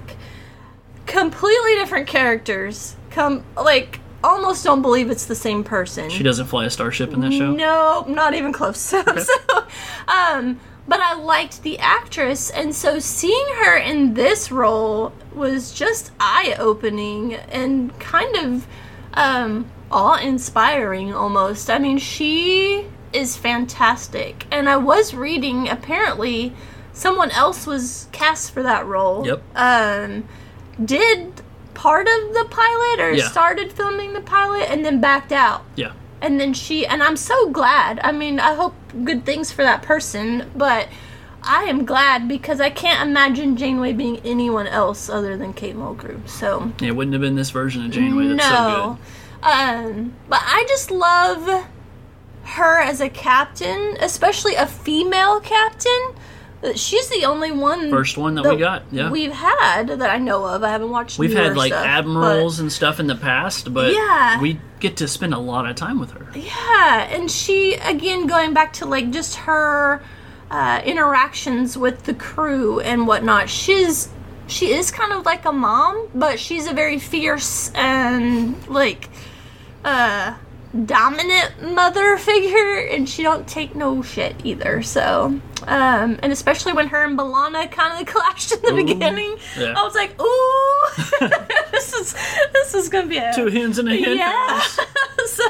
Completely different characters. Come like almost don't believe it's the same person.
She doesn't fly a starship in that show.
No, not even close. So, so, um, but I liked the actress, and so seeing her in this role was just eye opening and kind of um, awe inspiring almost. I mean, she is fantastic, and I was reading apparently someone else was cast for that role.
Yep.
Um, did part of the pilot or
Yeah.
started filming the pilot and then backed out
Yeah.
and then she and i'm so glad i mean i hope good things for that person but i am glad because i can't imagine janeway being anyone else other than kate mulgrew so
Yeah, It wouldn't have been this version of Janeway. That's
no um but i just love her as a captain especially a female captain Uh, she's the only one
First one that we got, yeah.
we've had that i know of i haven't watched
so good. We've
newer
had like
stuff, but-
admirals and stuff in the past, but
Yeah.
we get to spend a lot of time with her.
Yeah, and she again going back to like just her uh, interactions with the crew and whatnot. She's she is kind of like a mom, but she's a very fierce and like uh, dominant mother figure, and she don't take no shit either. So, um, and especially when her and Balana kind of clashed in the beginning,
yeah.
I was like, ooh, this is this is gonna be a
Two hens and a hen.
yeah. so,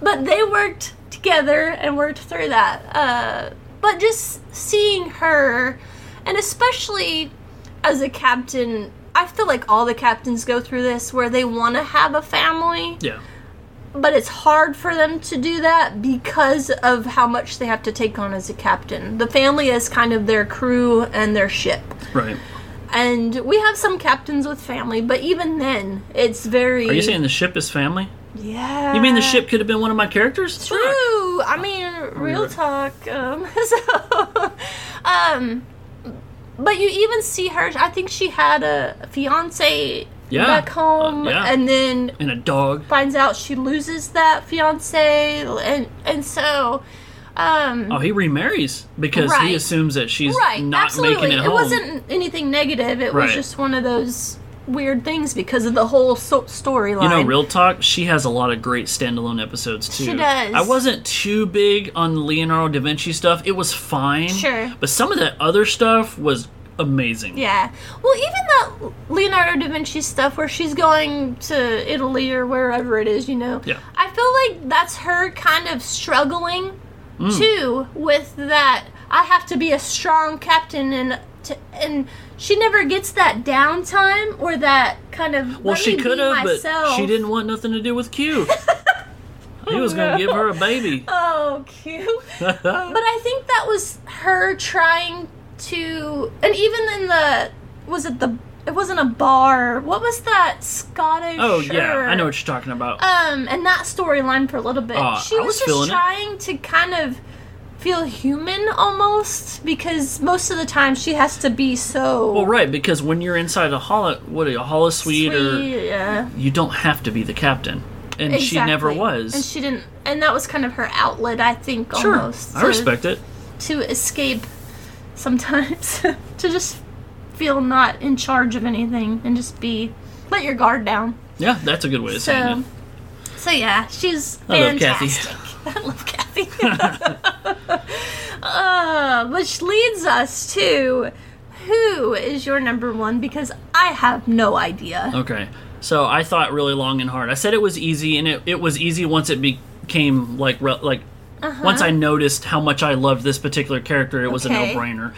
but they worked together and worked through that. Uh, but just seeing her, and especially as a captain, I feel like all the captains go through this where they want to have a family,
Yeah.
but it's hard for them to do that because of how much they have to take on as a captain. The family is kind of their crew and their ship.
Right.
And we have some captains with family, but even then, it's very.
Are you saying the ship is family?
Yeah.
You mean the ship could have been one of my characters?
True.
Fuck.
I mean, real talk. Um, so, um, but you even see her. I think she had a fiance
Yeah.
back home,
Uh, yeah.
and then
And a dog.
finds out she loses that fiance, and and so, um,
Oh, he remarries because he
Right.
assumes that she's
right,
not
absolutely.
making it
it
home.
wasn't anything negative. It
Right.
was just one of those weird things because of the whole so- storyline.
you know, real talk. She has a lot of great standalone episodes too.
She does.
I wasn't too big on Leonardo da Vinci stuff. It was fine.
Sure.
But some of that other stuff was amazing.
Yeah. Well, even that Leonardo da Vinci stuff where she's going to Italy or wherever it is, you know.
Yeah.
I feel like that's her kind of struggling
Mm.
too with that I have to be a strong captain and to, and she never gets that downtime or that kind of
Well,
let
she
me
could
be
have, but
myself.
she didn't want nothing to do with Q. he was going to give her a baby.
Oh, cute. but I think that was her trying to, and even in the, was it the, it wasn't a bar. What was that Scottish?
Oh yeah,
or-
I know what you're talking about.
Um, and that storyline for a little bit.
Aw,
she
I
was,
was feeling
just
it.
trying to kind of feel human almost because most of the time she has to be so.
well, right, because when you're inside a holo, what a holo suite, or
sweet, yeah.
you don't have to be the captain, and she never
Exactly.
was.
and she didn't, and that was kind of her outlet, I think.
sure,
almost,
I
to-
respect it.
to escape sometimes to just feel not in charge of anything and just be let your guard down
Yeah, that's a good way to say
so
it.
so yeah she's
I love Kathy.
fantastic i love kathy uh, which leads us to who is your number one because i have no idea
Okay, so I thought really long and hard. I said it was easy, and it, it was easy once it became like re- like
Uh-huh.
once I noticed how much I loved this particular character, it was a no
Okay.
brainer.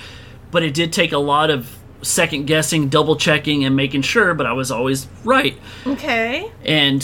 But it did take a lot of second guessing, double checking, and making sure. But I was always right.
okay
And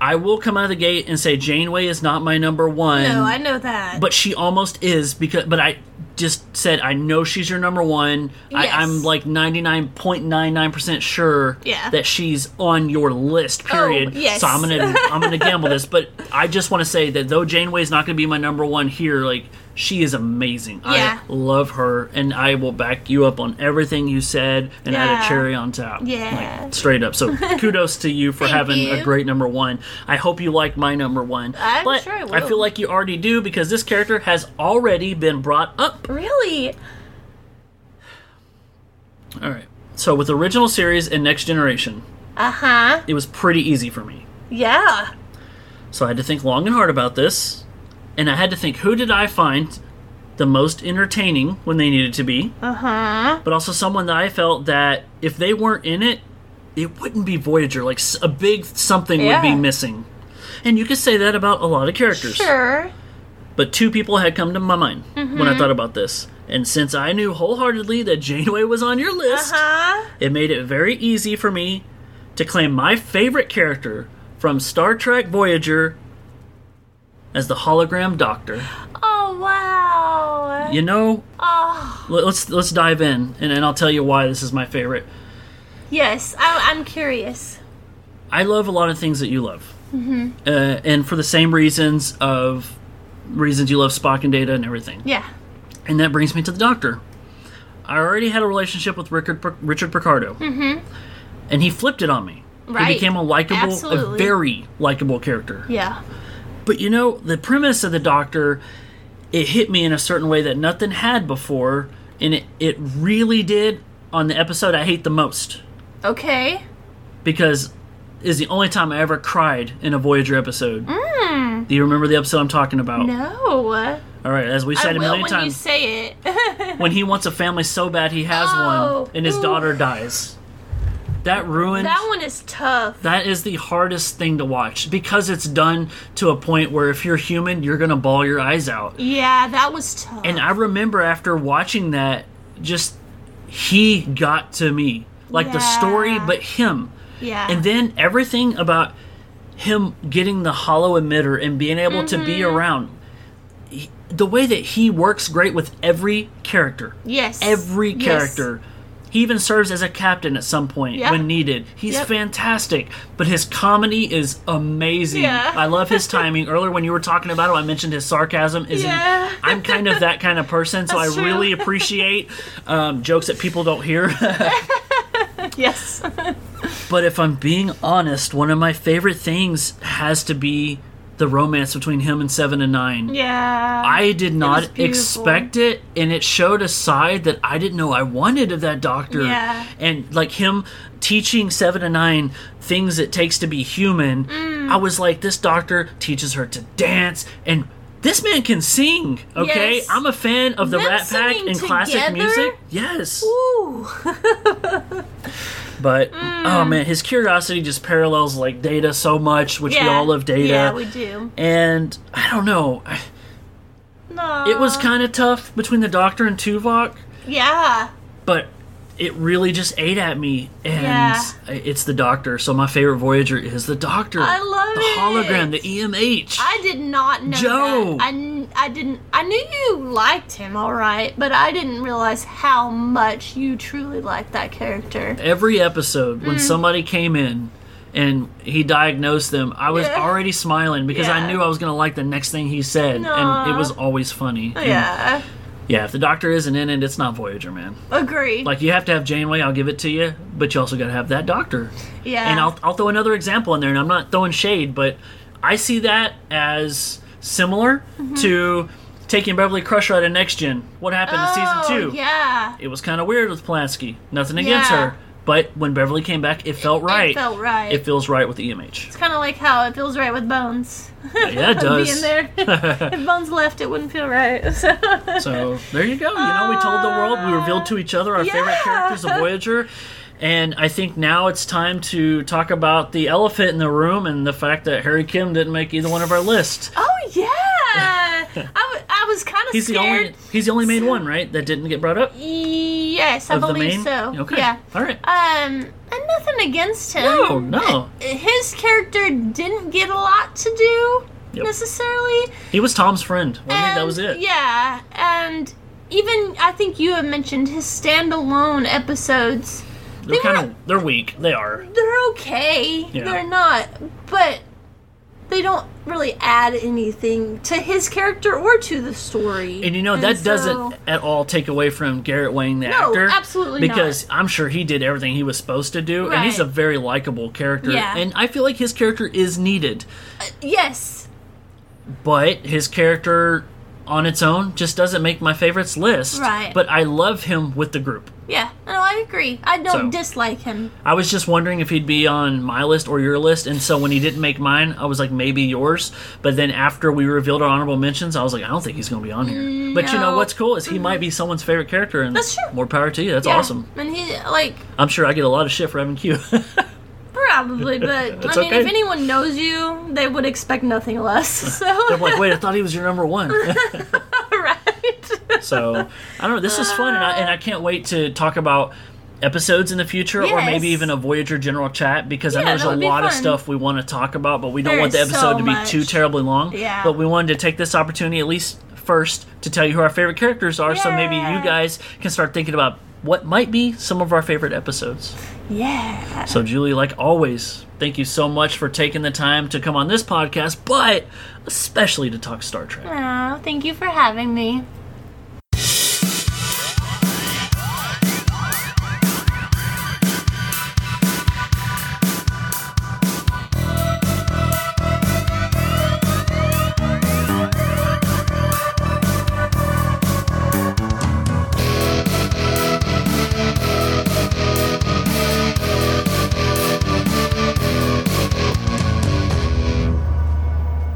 I will come out of the gate and say Janeway is not my number one.
no Oh, i know that
But she almost is because. But I just said I know she's your number one.
Yes.
I, I'm like 99.99% sure
Yeah. Oh,
that she's on your list. Period.
yes.
So I'm gonna I'm gonna gamble this. But I just want to say that though Janeway's not gonna be my number one here, like. She is amazing.
Yeah.
I love her, and I will back you up on everything you said and add a
Yeah.
cherry on top.
Yeah.
Like, straight up. So kudos to you for
Thank
having a
you.
great number one. I hope you like my number one.
I'm
but
sure I will.
feel like you already do because this character has already been brought up.
really
All right. So with original series and next generation,
uh-huh
it was pretty easy for me.
yeah
So I had to think long and hard about this, and I had to think who did I find the most entertaining when they needed to be,
uh-huh
but also someone that I felt that if they weren't in it, it wouldn't be Voyager. Like s- a big something would be
Yeah.
missing. And you could say that about a lot of characters.
sure Mm-hmm.
But two people had come to my mind when I thought about this. And since I knew wholeheartedly that Janeway was on your list,
huh
it made it very easy for me to claim my favorite character from Star Trek Voyager as the hologram doctor.
oh wow
You know,
oh
let- let's let's dive in and, and I'll tell you why this is my favorite.
Yes, I, I'm curious.
I love a lot of things that you love, mm-hmm. uh, and for the same reasons of reasons you love Spock and Data and everything.
Yeah.
And that brings me to the doctor. I already had a relationship with Richard, Richard Picardo. Mm-hmm. And he flipped it on me. He
Right.
became a likable, a
Absolutely.
very likable character.
Yeah.
But you know, the premise of the doctor, it hit me in a certain way that nothing had before. And it, it really did on the episode I hate the most.
Okay.
Because is the only time I ever cried in a Voyager episode. Do you remember the episode I'm talking about?
Mm. No. I
All right, as we said a
will
million
when you
times.
say it.
when he wants a family so bad he has
Oh,
one and his
ooh.
daughter dies. That ruined
that one is tough.
that is the hardest thing to watch because it's done to a point where if you're human, you're going to ball your eyes out.
Yeah, that was tough.
And I remember after watching that just he got to me. Like the story,
Yeah.
but him.
Yeah.
And then everything about him getting the hollow emitter and being able to be around. he- The way that he works great with every character.
yes.
Every
Yes.
character. He even serves as a captain at some point
Yeah.
when needed. He's
Yep.
fantastic, but his comedy is amazing.
Yeah.
I love his timing. Earlier, when you were talking about him, I mentioned his sarcasm. Is in-
Yeah.
I'm kind of that kind of person, so I
That's true.
really appreciate um, jokes that people don't hear.
Yes.
But if I'm being honest, one of my favorite things has to be the romance between him and Seven and Nine.
yeah.
I did
was
not
beautiful.
expect it, and it showed a side that I didn't know I wanted of that doctor.
Yeah.
And like him teaching Seven and Nine things it takes to be human,
Mm.
I was like, this doctor teaches her to dance and. This man can sing, okay?
Yes.
I'm a fan of the
Them
Rat Pack
singing
and classic
together?
music. Yes.
Ooh. Mm.
But oh man, his curiosity just parallels like Data so much, which we all love Data.
Yeah, we do.
and I don't know, I-
No.
it was kind of tough between the Doctor and Tuvok,
Yeah.
but it really just ate at me. And
Yeah.
I- it's the Doctor, so my favorite Voyager is the Doctor.
I love
the
it.
hologram, the E EMH.
I did not know.
Joe!
That. I, kn- I didn't. I knew you liked him, all right, but I didn't realize how much you truly liked that character.
Every episode,
Mm.
when somebody came in. And he diagnosed them. I was
Yeah.
already smiling because I
Yeah.
knew I was gonna like the next thing he said, and
Aw. Oh,
it was always funny. And
Yeah.
Yeah, if the Doctor isn't in it, it's not Voyager, man.
Agree.
Like you have to have Janeway, I'll give it to you, but you also got to have that Doctor.
yeah.
And I'll I'll throw another example in there, and I'm not throwing shade, but I see that as similar
Mm-hmm.
to taking Beverly Crusher out of Next Gen. What happened
oh,
to season two?
Yeah.
It was kind of weird with Polanski. Nothing against
Yeah.
her, but when Beverly came back, it felt right.
It felt right.
It feels right with E the EMH.
it's kind of like how it feels right with Bones.
Yeah, it does.
Being there. if Bones left, it wouldn't feel right.
So there you go. You know, we told the world, we revealed to each other our favorite
Yeah.
characters of Voyager. And I think now it's time to talk about the elephant in the room and the fact that Harry Kim didn't make either one of our lists.
oh yeah. I, w- I was kind of
He's the only
scared.
he's the only main one, right? That didn't get brought up
Yes, I
of the
believe
main.
so.
Okay.
Yeah.
All right.
Um, and nothing against him. Uh,
No, no.
his character didn't get a lot to do
Yep.
necessarily.
He was Tom's friend. Wasn't he? That
And,
was it.
Um, Yeah, and even I think you have mentioned his standalone episodes.
They're
they
kind
were-
of they're weak. They are.
They're okay.
Yeah.
They're not, but they don't really add anything to his character or to the story.
And you know that
so-
doesn't at all take away from Garrett Wayne, the
No,
actor.
absolutely not.
Because I'm sure he did everything he was supposed to do, and he's a
Right.
very likable character.
Yeah.
And I feel like his character is needed,
Yes.
but his character on its own just doesn't make my favorites list.
Right.
But I love him with the group.
Yeah. No, I agree. I don't
So-
dislike him.
I was just wondering if he'd be on my list or your list, and so when he didn't make mine, I was like, maybe yours. But then after we revealed our honorable mentions, I was like, I don't think he's going to be on here. But you know
No.
what's cool is he might be someone's favorite character, and
Mm-hmm. That's true.
more power to you. That's
Yeah.
awesome.
And he like
I'm sure I get a lot of shit for having Q.
Probably, but
It's
I mean,
okay.
if anyone knows you, they would expect nothing less.
I'm
So,
like, wait, I thought he was your number one.
right?
so I don't know. This is fun, and I, and I can't wait to talk about episodes in the future, or maybe
Yes.
even a Voyager general chat because I
Yeah,
know there's
that
a
would be
lot of
fun.
stuff we want to talk about, but we don't
There
want the
is
episode
so
to be
much.
too terribly long.
Yeah.
But we wanted to take this opportunity at least first to tell you who our favorite characters are, so maybe you
Yeah.
guys can start thinking about what might be some of our favorite episodes.
Yeah.
So, Julie, like always, thank you so much for taking the time to come on this podcast, but especially to talk Star Trek.
Aw, thank you for having me.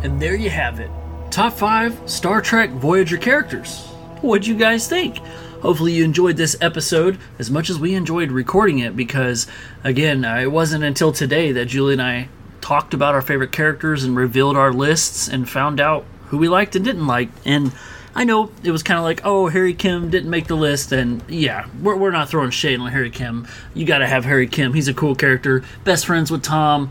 And there you have it. Top 5 Star Trek Voyager characters. What'd you guys think? Hopefully, you enjoyed this episode as much as we enjoyed recording it because, again, uh, it wasn't until today that Julie and I talked about our favorite characters and revealed our lists and found out who we liked and didn't like. And I know it was kind of like, oh, Harry Kim didn't make the list, and yeah, we're, we're not throwing shade on Harry Kim. You got to have Harry Kim. He's a cool character. Best friends with Tom.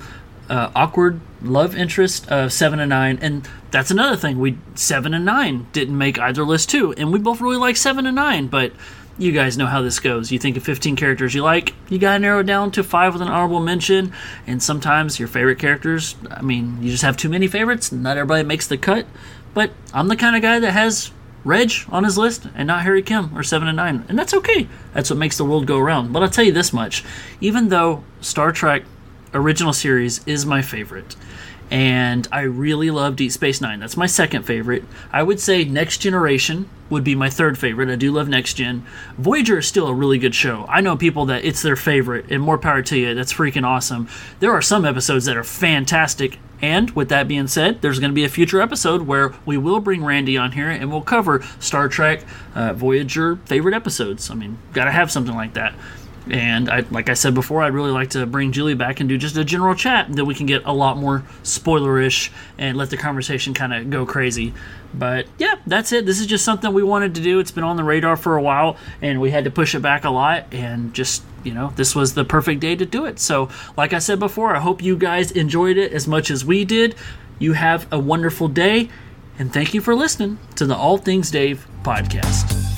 Uh, awkward love interest of seven and nine, and that's another thing. We seven and nine didn't make either list too, and we both really like seven and nine, but you guys know how this goes. You think of 15 characters you like, you gotta narrow it down to five with an honorable mention, and sometimes your favorite characters, I mean, you just have too many favorites, not everybody makes the cut. But I'm the kind of guy that has Reg on his list and not Harry Kim or 7 and 9, and that's okay. That's what makes the world go around. But I'll tell you this much even though Star Trek original series is my favorite, and I really love Deep Space Nine. That's my second favorite. I would say Next Generation would be my third favorite. I do love Next Gen. Voyager is still a really good show. I know people that it's their favorite, and more power to you. That's freaking awesome. There are some episodes that are fantastic. And with that being said, there's going to be a future episode where we will bring Randy on here and we'll cover Star Trek, uh, Voyager favorite episodes. I mean, gotta have something like that. And I, like I said before, I'd really like to bring Julie back and do just a general chat. Then we can get a lot more spoilerish and let the conversation kind of go crazy. But yeah, that's it. This is just something we wanted to do. It's been on the radar for a while, and we had to push it back a lot. And just you know, this was the perfect day to do it. So, like I said before, I hope you guys enjoyed it as much as we did. You have a wonderful day, and thank you for listening to the All Things Dave podcast.